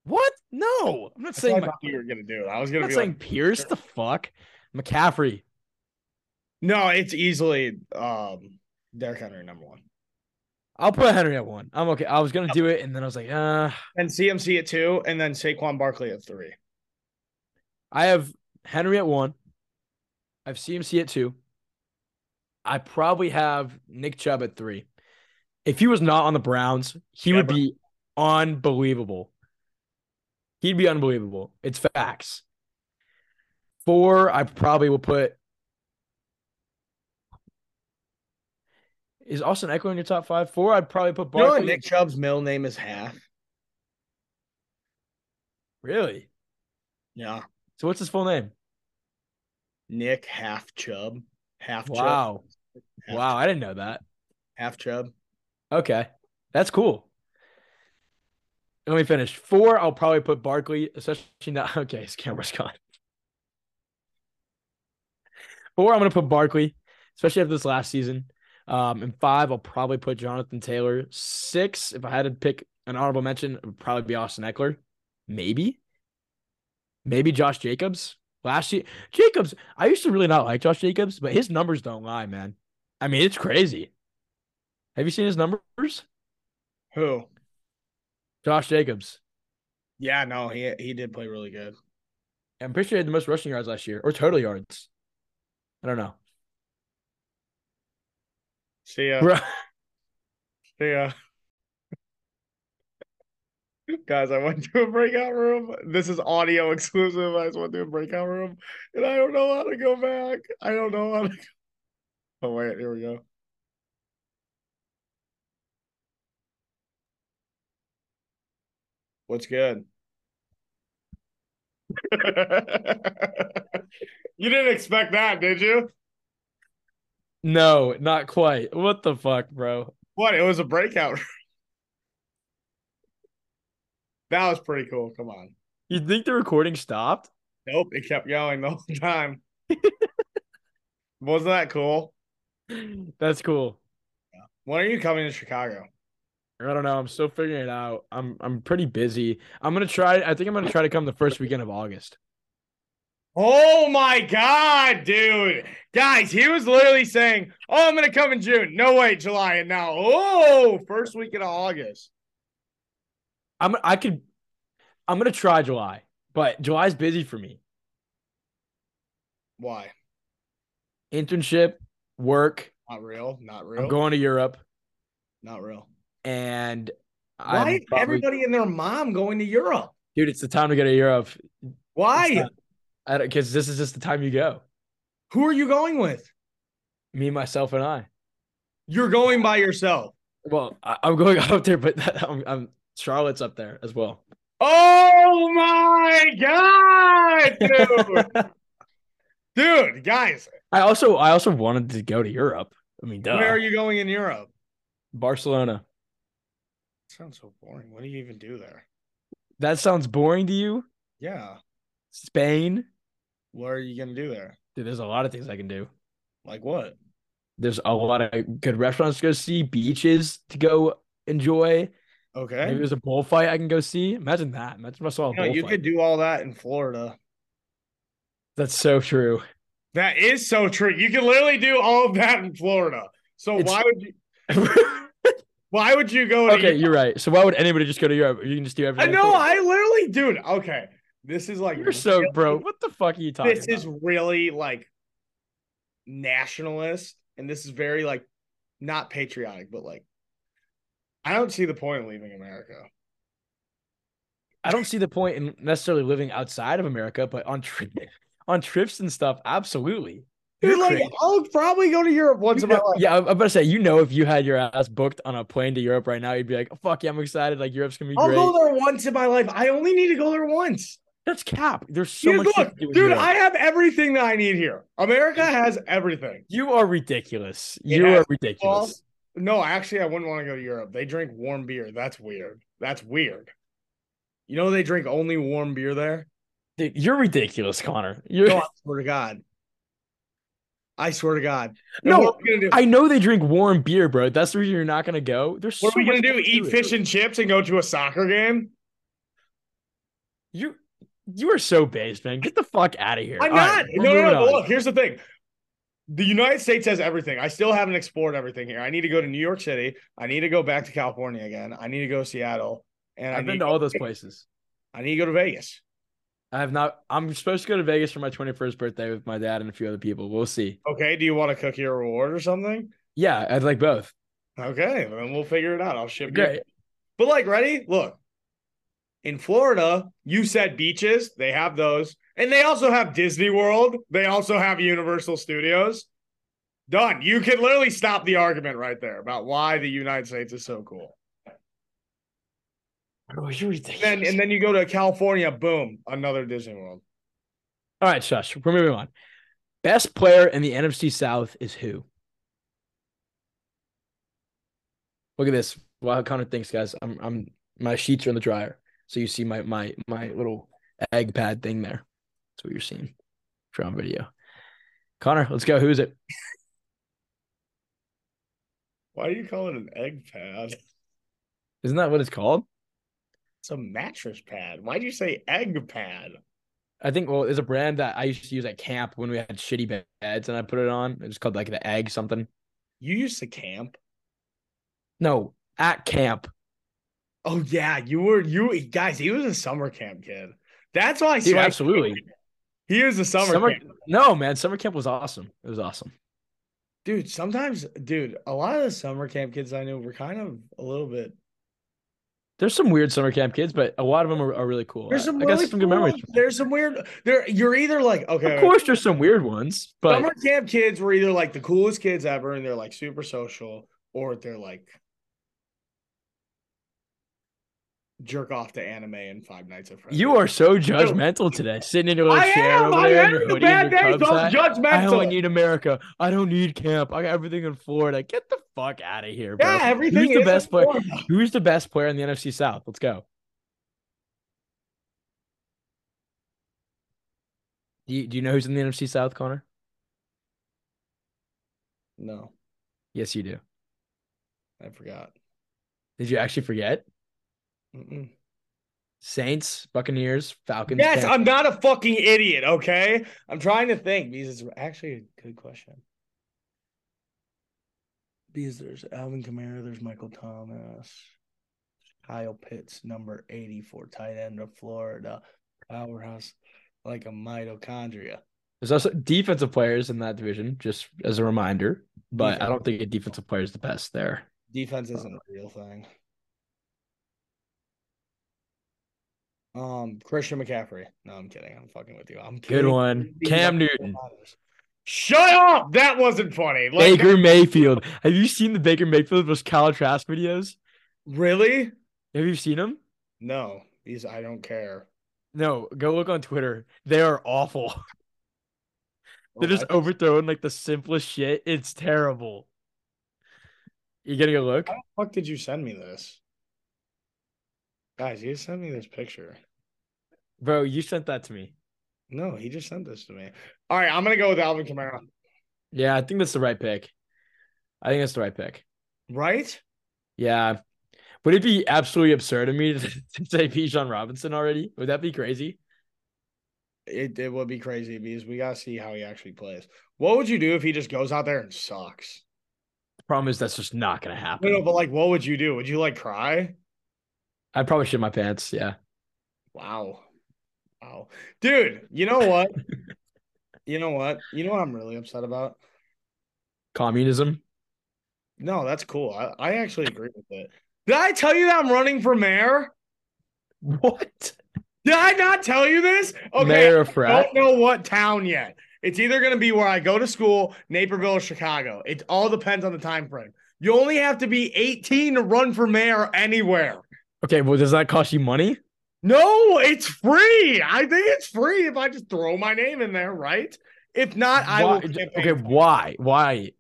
Speaker 2: What? No, I'm not
Speaker 1: That's
Speaker 2: saying.
Speaker 1: what I
Speaker 2: My,
Speaker 1: thought you were gonna do. I was
Speaker 2: I'm
Speaker 1: gonna
Speaker 2: not
Speaker 1: be
Speaker 2: saying
Speaker 1: like,
Speaker 2: Pierce. The fuck, McCaffrey.
Speaker 1: no. It's easily um Derrick Henry number one.
Speaker 2: I'll put Henry at one. I'm okay. I was gonna do it, and then I was like, uh,
Speaker 1: And CMC at two, and then Saquon Barkley at three.
Speaker 2: I have Henry at one. I have CMC at two. I probably have Nick Chubb at three. If he was not on the Browns, he would
Speaker 1: Never.
Speaker 2: be unbelievable. He'd be unbelievable. It's facts. Four, I probably will put. Is Austin Eckler in your top five? Four, I'd probably put
Speaker 1: You know
Speaker 2: Barkley.
Speaker 1: what Nick Chubb's middle name is Half.
Speaker 2: Really?
Speaker 1: Yeah,
Speaker 2: So what's his full name?
Speaker 1: Nick Half Chubb. Half Chubb.
Speaker 2: Wow.
Speaker 1: Half
Speaker 2: Wow. I didn't know that.
Speaker 1: Half Chubb.
Speaker 2: Okay. That's cool. Let me finish. Four, I'll probably put Barkley, especially not. Okay, his camera's gone. Four, I'm going to put Barkley, especially after this last season. Um, and five, I'll probably put Jonathan Taylor. Six, if I had to pick an honorable mention, it would probably be Austin Eckler. Maybe. Maybe Josh Jacobs. Last year, Jacobs, I used to really not like Josh Jacobs, but his numbers don't lie, man. I mean, it's crazy. Have you seen his numbers?
Speaker 1: Who?
Speaker 2: Josh Jacobs.
Speaker 1: Yeah, no, he he did play really good.
Speaker 2: I'm pretty sure he had the most rushing yards last year or total yards. I don't know.
Speaker 1: See ya.
Speaker 2: Bro,
Speaker 1: See ya. Guys, I went to a breakout room. This is audio exclusive. I just went to a breakout room and I don't know how to go back. I don't know how to go. Oh wait, here we go. What's good? you didn't expect that, did you?
Speaker 2: no, not quite. What the fuck, bro?
Speaker 1: What? It was a breakout. that was pretty cool. Come on.
Speaker 2: You think the recording stopped?
Speaker 1: Nope, it kept going the whole time. Wasn't that cool?
Speaker 2: That's cool.
Speaker 1: When are you coming to Chicago?
Speaker 2: I don't know. I'm still figuring it out. I'm I'm pretty busy. I'm gonna try. I think I'm gonna try to come the first weekend of August.
Speaker 1: Oh my god, dude. Guys, he was literally saying, Oh, I'm gonna come in June. No wait, July and now. Oh, first week in August.
Speaker 2: I'm I could. I'm gonna try July, but July's busy for me.
Speaker 1: Why?
Speaker 2: Internship, work.
Speaker 1: Not real. Not real.
Speaker 2: I'm going to Europe,
Speaker 1: not real.
Speaker 2: and I'm
Speaker 1: Why is
Speaker 2: probably-
Speaker 1: everybody and their mom going to Europe?
Speaker 2: dude, it's the time to go to Europe.
Speaker 1: Why?
Speaker 2: It's not- I don't because this is just the time you go.
Speaker 1: Who are you going with?
Speaker 2: Me, myself, and I.
Speaker 1: You're going by yourself.
Speaker 2: Well, I, I'm going up there, but I'm, I'm Charlotte's up there as well.
Speaker 1: Oh my god, dude. dude, guys,
Speaker 2: I also I also wanted to go to Europe. I mean, duh.
Speaker 1: where are you going in Europe?
Speaker 2: Barcelona.
Speaker 1: Sounds so boring. What do you even do there?
Speaker 2: That sounds boring to you.
Speaker 1: Yeah.
Speaker 2: Spain.
Speaker 1: What are you gonna do there?
Speaker 2: Dude, there's a lot of things I can do.
Speaker 1: Like what?
Speaker 2: There's a lot of good restaurants to go see, beaches to go enjoy.
Speaker 1: Okay.
Speaker 2: Maybe there's a bullfight I can go see. Imagine that. Imagine if I saw a
Speaker 1: No, you
Speaker 2: bullfight.
Speaker 1: could do all that in Florida.
Speaker 2: That's so true.
Speaker 1: That is so true. You can literally do all of that in Florida. So
Speaker 2: It's-
Speaker 1: why would you why would you go to
Speaker 2: okay, you're right. So why would anybody just go to Europe? You can just do
Speaker 1: I
Speaker 2: everything. in
Speaker 1: know
Speaker 2: Florida.
Speaker 1: I literally dude. Okay. This is like
Speaker 2: You're so
Speaker 1: really-
Speaker 2: bro. What the fuck are you talking
Speaker 1: This
Speaker 2: about?
Speaker 1: is really like nationalist and this is very like not patriotic, but like I don't see the point of leaving America.
Speaker 2: I don't see the point in necessarily living outside of America, but on tri- on trips and stuff, absolutely.
Speaker 1: Dude,
Speaker 2: You're
Speaker 1: like
Speaker 2: crazy.
Speaker 1: I'll probably go to Europe once
Speaker 2: You
Speaker 1: in my
Speaker 2: know-
Speaker 1: life.
Speaker 2: yeah, I'm about to say, you know, if you had your ass booked on a plane to Europe right now, you'd be like, oh, "Fuck yeah, I'm excited! Like Europe's gonna be
Speaker 1: I'll
Speaker 2: great."
Speaker 1: go there once in my life. I only need to go there once.
Speaker 2: That's cap. There's so
Speaker 1: Dude,
Speaker 2: much, shit
Speaker 1: look,
Speaker 2: to do in
Speaker 1: dude.
Speaker 2: Europe.
Speaker 1: I have everything that I need here. America has everything.
Speaker 2: You are ridiculous.
Speaker 1: It
Speaker 2: You
Speaker 1: has
Speaker 2: are ridiculous.
Speaker 1: No, actually, I wouldn't want to go to Europe. They drink warm beer. That's weird. That's weird. You know they drink only warm beer there.
Speaker 2: Dude, you're ridiculous, Connor. You're
Speaker 1: No, I swear to God. I swear to God. And
Speaker 2: No,
Speaker 1: what are we gonna do?
Speaker 2: I know they drink warm beer, bro. That's the reason you're not gonna go. There's
Speaker 1: what
Speaker 2: so
Speaker 1: are we gonna
Speaker 2: much
Speaker 1: do?
Speaker 2: to
Speaker 1: Eat
Speaker 2: in
Speaker 1: fish and chips and go to a soccer game?
Speaker 2: You you are so based, man. Get the fuck out of here.
Speaker 1: I'm
Speaker 2: All right,
Speaker 1: not. no,
Speaker 2: we're
Speaker 1: no,
Speaker 2: moving
Speaker 1: no.
Speaker 2: on.
Speaker 1: But look, here's the thing. The United States has everything. I still haven't explored everything here. I need to go to New York City. I need to go back to California again. I need to go to Seattle. And I
Speaker 2: I've been
Speaker 1: need,
Speaker 2: to all those places.
Speaker 1: I need to go to Vegas.
Speaker 2: I have not. I'm supposed to go to Vegas for my 21st birthday with my dad and a few other people. We'll see.
Speaker 1: Okay. Do you want to cook your reward or something?
Speaker 2: Yeah, I'd like both.
Speaker 1: Okay. Then we'll figure it out. I'll ship you.
Speaker 2: Great.
Speaker 1: But like, ready? Look. In Florida, you said beaches. They have those. And they also have Disney World. They also have Universal Studios. Done. You can literally stop the argument right there about why the United States is so cool.
Speaker 2: Bro, you're
Speaker 1: And then
Speaker 2: ridiculous.
Speaker 1: and then you go to California, boom, another Disney World.
Speaker 2: All right, shush. We're moving on. Best player in the NFC South is who? Look at this. Wow, Connor thinks, guys. I'm, I'm. My sheets are in the dryer, so you see my, my, my little egg pad thing there. That's what you're seeing. If you're on video. Connor, let's go. Who is it?
Speaker 1: Why do you call it an egg pad?
Speaker 2: Isn't that what it's called?
Speaker 1: It's a mattress pad. Why do you say egg pad?
Speaker 2: I think well, there's a brand that I used to use at camp when we had shitty beds, and I put it on. It's called like the egg something.
Speaker 1: You used to camp.
Speaker 2: No, at camp.
Speaker 1: Oh yeah, you were you guys. He was a summer camp kid. That's why I
Speaker 2: Dude,
Speaker 1: swiped-
Speaker 2: absolutely.
Speaker 1: He was a summer,
Speaker 2: Summer-
Speaker 1: camp.
Speaker 2: No, man, summer camp was awesome. It was awesome.
Speaker 1: dude. Sometimes, dude, a lot of the summer camp kids I knew were kind of a little bit.
Speaker 2: There's some weird summer camp kids, but a lot of them are, are really cool.
Speaker 1: There's
Speaker 2: I-
Speaker 1: some
Speaker 2: I, got
Speaker 1: really
Speaker 2: some good
Speaker 1: cool-
Speaker 2: memories.
Speaker 1: There's some weird. There, you're either like okay,
Speaker 2: Of course, there's some weird ones, but
Speaker 1: summer camp kids were either like the coolest kids ever, and they're like super social, or they're like jerk off to anime and Five Nights at Freddy's.
Speaker 2: you are so judgmental today. Sitting in your little
Speaker 1: I
Speaker 2: chair
Speaker 1: am.
Speaker 2: over
Speaker 1: I
Speaker 2: there, in
Speaker 1: am.
Speaker 2: your
Speaker 1: The
Speaker 2: hoodie and
Speaker 1: bad
Speaker 2: your
Speaker 1: days.
Speaker 2: Cubs
Speaker 1: Those
Speaker 2: hat. I
Speaker 1: judgmental.
Speaker 2: only need America. I don't need camp. I got everything in Florida. Get the fuck out of here, bro.
Speaker 1: yeah, everything
Speaker 2: Who's the
Speaker 1: is
Speaker 2: best player?
Speaker 1: important.
Speaker 2: Who's the best player in the NFC South? Let's go. Do you, do you know who's in the NFC South, Connor?
Speaker 1: No,
Speaker 2: Yes, you do.
Speaker 1: I forgot.
Speaker 2: Did you actually forget?
Speaker 1: Mm-mm.
Speaker 2: Saints, Buccaneers, Falcons.
Speaker 1: Yes,
Speaker 2: Panthers.
Speaker 1: I'm not a fucking idiot. Okay, I'm trying to think because it's actually a good question. Because there's Alvin Kamara, there's Michael Thomas, Kyle Pitts, number 84, tight end of Florida, powerhouse like a mitochondria.
Speaker 2: There's also defensive players in that division, just as a reminder. But I
Speaker 1: Defense.
Speaker 2: don't think a defensive player is the best there.
Speaker 1: Defense isn't a real thing. Um, Christian McCaffrey. No, I'm kidding. I'm fucking with you. I'm
Speaker 2: Good
Speaker 1: kidding.
Speaker 2: one. Cam Newton.
Speaker 1: Shut up! That wasn't funny. Like,
Speaker 2: Baker Mayfield. Have you seen the Baker Mayfield versus Kyle Trask videos?
Speaker 1: really?
Speaker 2: Have you seen them?
Speaker 1: No, these I don't care.
Speaker 2: No, go look on Twitter. They are awful.
Speaker 1: Oh,
Speaker 2: They're just overthrowing like the simplest shit. It's terrible. You gonna go look?
Speaker 1: How the fuck did you send me this, guys? You sent me this picture.
Speaker 2: Bro, you sent that to me.
Speaker 1: No, he just sent this to me. All right, I'm gonna go with Alvin Kamara.
Speaker 2: Yeah, I think that's the right pick. I think that's the right pick.
Speaker 1: Right?
Speaker 2: Yeah. Would it be absolutely absurd of me to, to say P. John Robinson already? Would that be crazy?
Speaker 1: It it would be crazy because we gotta see how he actually plays. What would you do if he just goes out there and sucks?
Speaker 2: The problem is that's just not gonna
Speaker 1: No,
Speaker 2: happen.
Speaker 1: no, but like, what would you do? Would you like cry?
Speaker 2: I probably shit my pants. Yeah.
Speaker 1: Wow. Wow. Dude, you know what? you know what? You know what I'm really upset about?
Speaker 2: Communism.
Speaker 1: No, that's cool. I, I actually agree with it. Did I tell you that I'm running for mayor?
Speaker 2: What?
Speaker 1: Did I not tell you this? Okay,
Speaker 2: Mayor of
Speaker 1: I
Speaker 2: Frat.
Speaker 1: don't know what town yet. It's either going to be where I go to school, Naperville or Chicago. It all depends on the time frame. You only have to be 18 to run for mayor anywhere.
Speaker 2: Okay, well, does that cost you money?
Speaker 1: No, it's free. I think it's free if I just throw my name in there, right? If not, I will.
Speaker 2: Why-
Speaker 1: campaign
Speaker 2: okay, why? Why?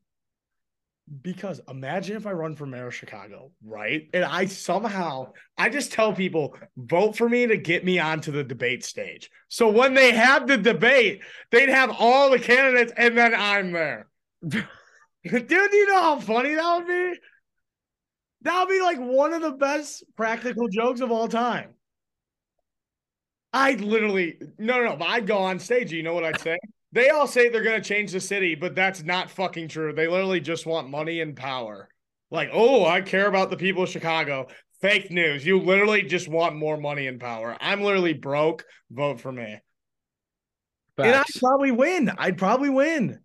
Speaker 1: Because imagine if I run for mayor of Chicago, right? And I somehow I just tell people vote for me to get me onto the debate stage. So when they have the debate, they'd have all the candidates and then I'm there. Dude, you know how funny that would be? That would be like one of the best practical jokes of all time. I'd literally no no, no but I'd go on stage, you know what I'd say? They all say they're going to change the city, but that's not fucking true. They literally just want money and power. Like, oh, I care about the people of Chicago. Fake news. You literally just want more money and power. I'm literally broke. Vote for me. And I'd
Speaker 2: Facts.
Speaker 1: probably win. I'd probably win.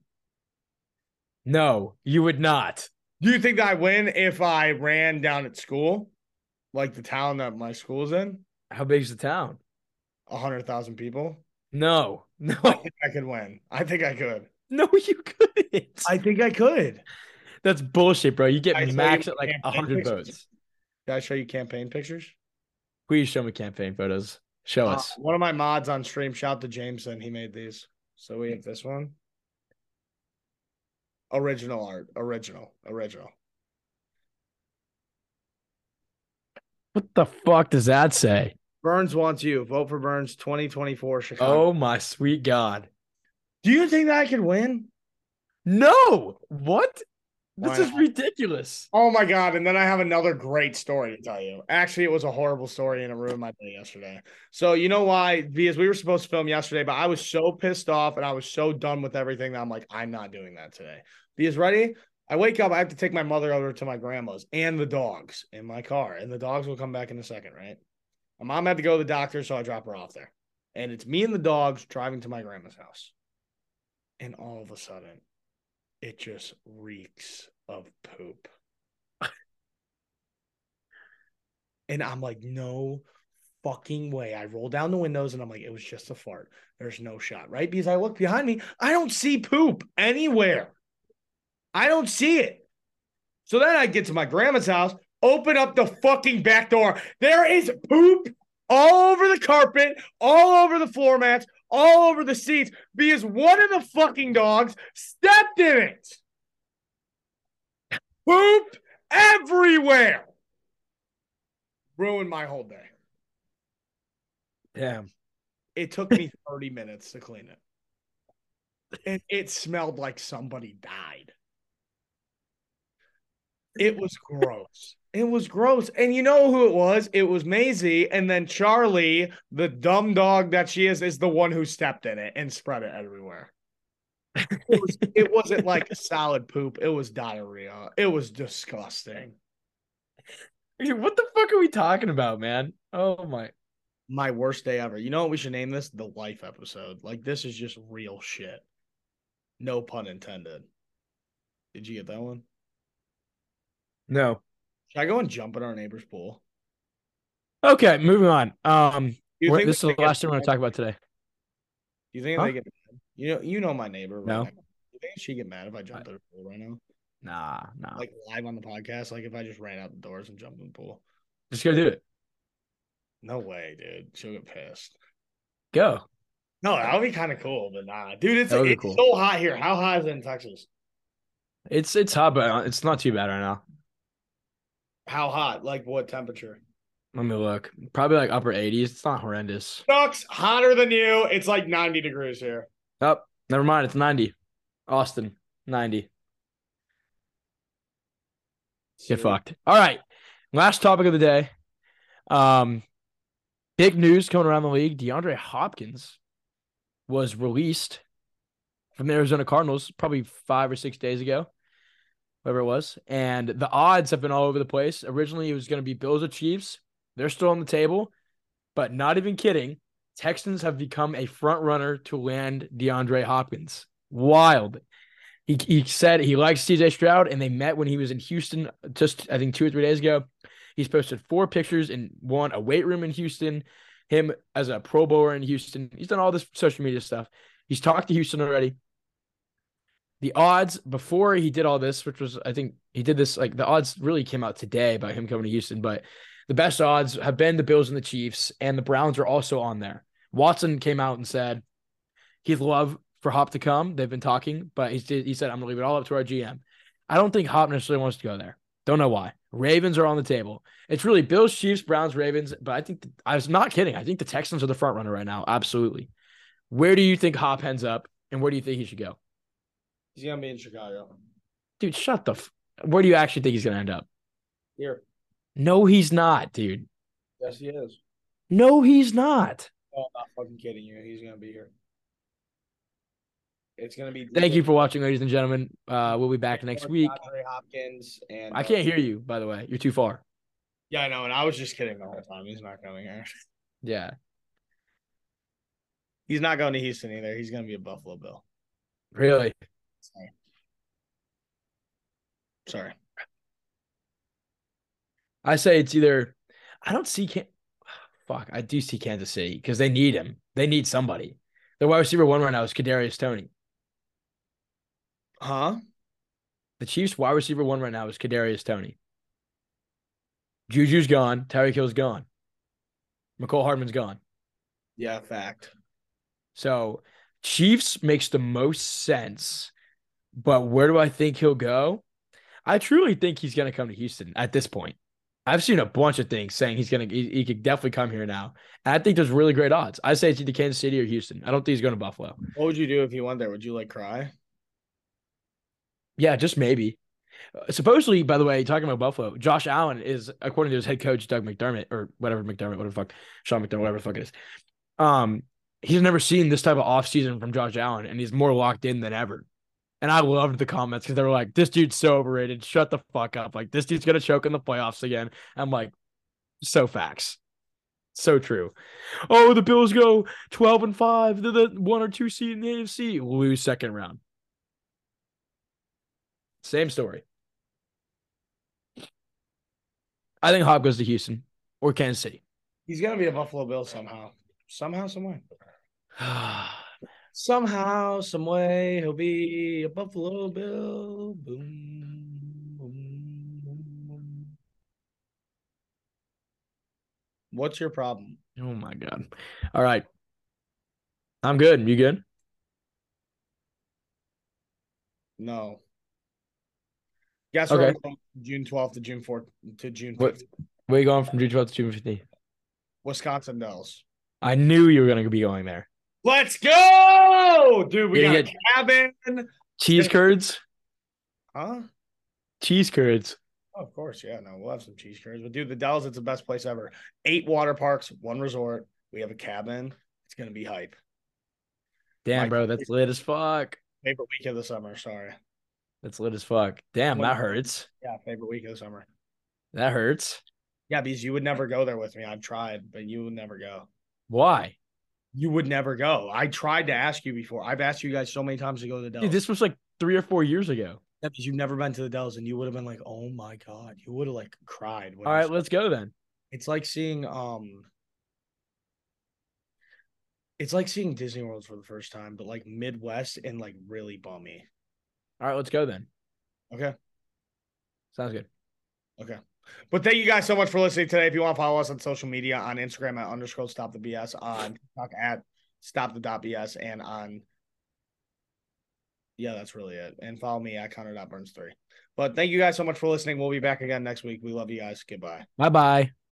Speaker 2: No, you would not.
Speaker 1: Do you think that I win if I ran down at school, like the town that my school's in?
Speaker 2: How big is the town?
Speaker 1: 100,000 people?
Speaker 2: No, no,
Speaker 1: I think I could win. I think I could.
Speaker 2: no, you couldn't.
Speaker 1: I think I could.
Speaker 2: That's bullshit, bro. You get
Speaker 1: I saw you
Speaker 2: max at like
Speaker 1: campaign
Speaker 2: hundred
Speaker 1: pictures.
Speaker 2: votes.
Speaker 1: Did I show you campaign pictures?
Speaker 2: Please show me campaign photos. Show
Speaker 1: Uh,
Speaker 2: us.
Speaker 1: one of my mods on stream, shout to Jameson. He made these. So we have this one. Original art. Original. Original.
Speaker 2: What the fuck does that say?
Speaker 1: Burns wants you. Vote for Burns 2024 Chicago.
Speaker 2: Oh my sweet god.
Speaker 1: Do you think that I could win?
Speaker 2: No. What?
Speaker 1: Why
Speaker 2: This is
Speaker 1: not?
Speaker 2: ridiculous.
Speaker 1: Oh my god. And then I have another great story to tell you. Actually, it was a horrible story and it ruined my day yesterday. So you know why? Because we were supposed to film yesterday, but I was so pissed off and I was so done with everything that I'm like, I'm not doing that today. Because ready? I wake up, I have to take my mother over to my grandma's and the dogs in my car. And the dogs will come back in a second, right? My mom had to go to the doctor, so I drop her off there. And it's me and the dogs driving to my grandma's house. And all of a sudden, it just reeks of poop. and I'm like, no fucking way. I roll down the windows and I'm like, it was just a fart. There's no shot, right? Because I look behind me, I don't see poop anywhere. I don't see it. So then I get to my grandma's house, open up the fucking back door. There is poop all over the carpet, all over the floor mats, all over the seats because one of the fucking dogs stepped in it. Poop everywhere. Ruined my whole day.
Speaker 2: Damn.
Speaker 1: It took me 30 minutes to clean it. And it smelled like somebody died. It was gross. It was gross. And you know who it was? It was Maisie. And then Charlie, the dumb dog that she is, is the one who stepped in it and spread it everywhere. It, was, it wasn't like solid poop. It was diarrhea. It was disgusting.
Speaker 2: Dude, what the fuck are we talking about, man? Oh my.
Speaker 1: My worst day ever. You know what we should name this? The life episode. Like, this is just real shit. No pun intended. Did you get that one?
Speaker 2: No.
Speaker 1: Should I go and jump in our neighbor's pool?
Speaker 2: Okay, moving on. Um,
Speaker 1: Do
Speaker 2: we're-
Speaker 1: think
Speaker 2: this is
Speaker 1: they
Speaker 2: the
Speaker 1: get
Speaker 2: last thing we're gonna
Speaker 1: mad?
Speaker 2: talk about today.
Speaker 1: Do you think
Speaker 2: Huh?
Speaker 1: they get mad? You know, you know my neighbor. Right
Speaker 2: No.
Speaker 1: now. You think she get mad if I jump in her pool right now?
Speaker 2: Nah, nah.
Speaker 1: Like live on the podcast, like if I just ran out the doors and jumped in the pool.
Speaker 2: Just go do it.
Speaker 1: No way, dude. She'll get pissed.
Speaker 2: Go.
Speaker 1: No, that would be kind of cool, but nah, dude. It's
Speaker 2: That would be
Speaker 1: it's
Speaker 2: cool.
Speaker 1: so hot here. How hot is it in Texas?
Speaker 2: It's it's hot, but uh, it's not too bad right now.
Speaker 1: How hot? Like what temperature?
Speaker 2: Let me look. Probably like upper 80s. It's not horrendous.
Speaker 1: Sucks. Hotter than you. It's like ninety degrees here.
Speaker 2: Oh, never mind. It's 90. Austin, 90. Get fucked. All right. Last topic of the day. Um, big news coming around the league. DeAndre Hopkins was released from the Arizona Cardinals probably five or six days ago, whatever it was. And the odds have been all over the place. Originally, it was going to be Bills or Chiefs. They're still on the table, but not even kidding. Texans have become a front runner to land DeAndre Hopkins. Wild. He, he said he likes CJ Stroud, and they met when he was in Houston just, I think, two or three days ago. He's posted four pictures in one, a weight room in Houston, him as a pro bowler in Houston. He's done all this social media stuff. He's talked to Houston already. The odds before he did all this, which was, I think he did this, like the odds really came out today about him coming to Houston, but the best odds have been the Bills and the Chiefs, and the Browns are also on there. Watson came out and said he'd love for Hop to come. They've been talking, but he, said- he said, I'm going to leave it all up to our GM. I don't think Hop necessarily wants to go there. Don't know why. Ravens are on the table. It's really Bills, Chiefs, Browns, Ravens, but I think I was not kidding. I think the Texans are the front runner right now. Absolutely. Where do you think Hop ends up, and where do you think he should go?
Speaker 1: He's gonna be in Chicago.
Speaker 2: Dude, shut the. F- where do you actually think he's going to end up?
Speaker 1: Here.
Speaker 2: No, he's not, dude.
Speaker 1: Yes, he is.
Speaker 2: No, he's not.
Speaker 1: Oh, I'm not fucking kidding you. He's gonna be here. It's gonna be.
Speaker 2: Thank you for watching, ladies and gentlemen. Uh, we'll be back next week.
Speaker 1: DeAndre Hopkins and uh,
Speaker 2: I can't hear you, by the way. You're too far.
Speaker 1: Yeah, I know, and I was just kidding the whole time. He's not coming here.
Speaker 2: Yeah.
Speaker 1: He's not going to Houston either. He's going to be a Buffalo Bill.
Speaker 2: Really?
Speaker 1: Sorry. Sorry.
Speaker 2: I say it's either I don't see Can- fuck, I do see Kansas City because they need him. They need somebody. The wide receiver one right now is Kadarius Tony.
Speaker 1: Huh?
Speaker 2: The Chiefs wide receiver one right now is Kadarius Tony. Juju's gone. Tyreek Hill's gone. McCole Hardman's gone.
Speaker 1: Yeah, fact.
Speaker 2: So Chiefs makes the most sense. But where do I think he'll go? I truly think he's going to come to Houston at this point. I've seen a bunch of things saying he's going to, he, he could definitely come here now. And I think there's really great odds. I say it's either Kansas City or Houston. I don't think he's going to Buffalo.
Speaker 1: What would you do if he went there? Would you like cry?
Speaker 2: Yeah, just maybe. Uh, Supposedly, by the way, talking about Buffalo, Josh Allen is, according to his head coach, Doug McDermott, or whatever McDermott, whatever the fuck, Sean McDermott, whatever the fuck it is. Um, he's never seen this type of offseason from Josh Allen, and he's more locked in than ever. And I loved the comments because they were like, this dude's so overrated. Shut the fuck up. Like, this dude's going to choke in the playoffs again. I'm like, so facts. So true. Oh, the Bills go 12 and 5. They're the one or two seed in the AFC. Lose second round. Same story. I think Hop goes to Houston or Kansas City.
Speaker 1: He's going to be a Buffalo Bill somehow. Somehow, somewhere.
Speaker 2: I
Speaker 1: Somehow, some way, he'll be a Buffalo Bill. Boom, boom, boom, boom. What's your problem?
Speaker 2: Oh my god. All right. I'm good. You good?
Speaker 1: No. Guess
Speaker 2: Okay.
Speaker 1: where I'm going from June 12th to June 4th to June 5th.
Speaker 2: What- Where you going from June 12th to June 15th?
Speaker 1: Wisconsin Dells.
Speaker 2: I knew you were gonna be going there.
Speaker 1: Let's go, dude. We
Speaker 2: Yeah,
Speaker 1: got
Speaker 2: yeah.
Speaker 1: a cabin,
Speaker 2: Cheese curds?
Speaker 1: huh?
Speaker 2: Cheese curds.
Speaker 1: Oh, of course, yeah. No, we'll have some cheese curds. But dude, the Dells, it's the best place ever. Eight water parks, one resort. We have a cabin. It's gonna be hype.
Speaker 2: Damn,
Speaker 1: Like-
Speaker 2: bro, that's lit as fuck.
Speaker 1: Favorite week of the summer. Sorry.
Speaker 2: That's lit as fuck. Damn,
Speaker 1: What-
Speaker 2: that hurts.
Speaker 1: Yeah, favorite week of the summer.
Speaker 2: That hurts.
Speaker 1: Yeah, because you would never go there with me. I've tried, but you would never go.
Speaker 2: Why?
Speaker 1: You would never go. I tried to ask you before. I've asked you guys so many times to go to the Dells.
Speaker 2: Dude, this was like three or four years ago.
Speaker 1: Yeah, because you've never been to the Dells, and you would have been like, "Oh my god," you would have like cried. when
Speaker 2: All
Speaker 1: you
Speaker 2: right,
Speaker 1: saw-
Speaker 2: let's go then.
Speaker 1: it's like seeing um, it's like seeing Disney World for the first time, but like Midwest and like really bummy.
Speaker 2: All right, let's go then.
Speaker 1: Okay.
Speaker 2: Sounds good.
Speaker 1: But thank you guys so much for listening today. If you want to follow us on social media on Instagram at underscore stop the BS, on TikTok at stop the dot BS, and on yeah, that's really it. And follow me at Connor dot Burns three. But thank you guys so much for listening. We'll be back again next week. We love you guys. Goodbye.
Speaker 2: Bye bye.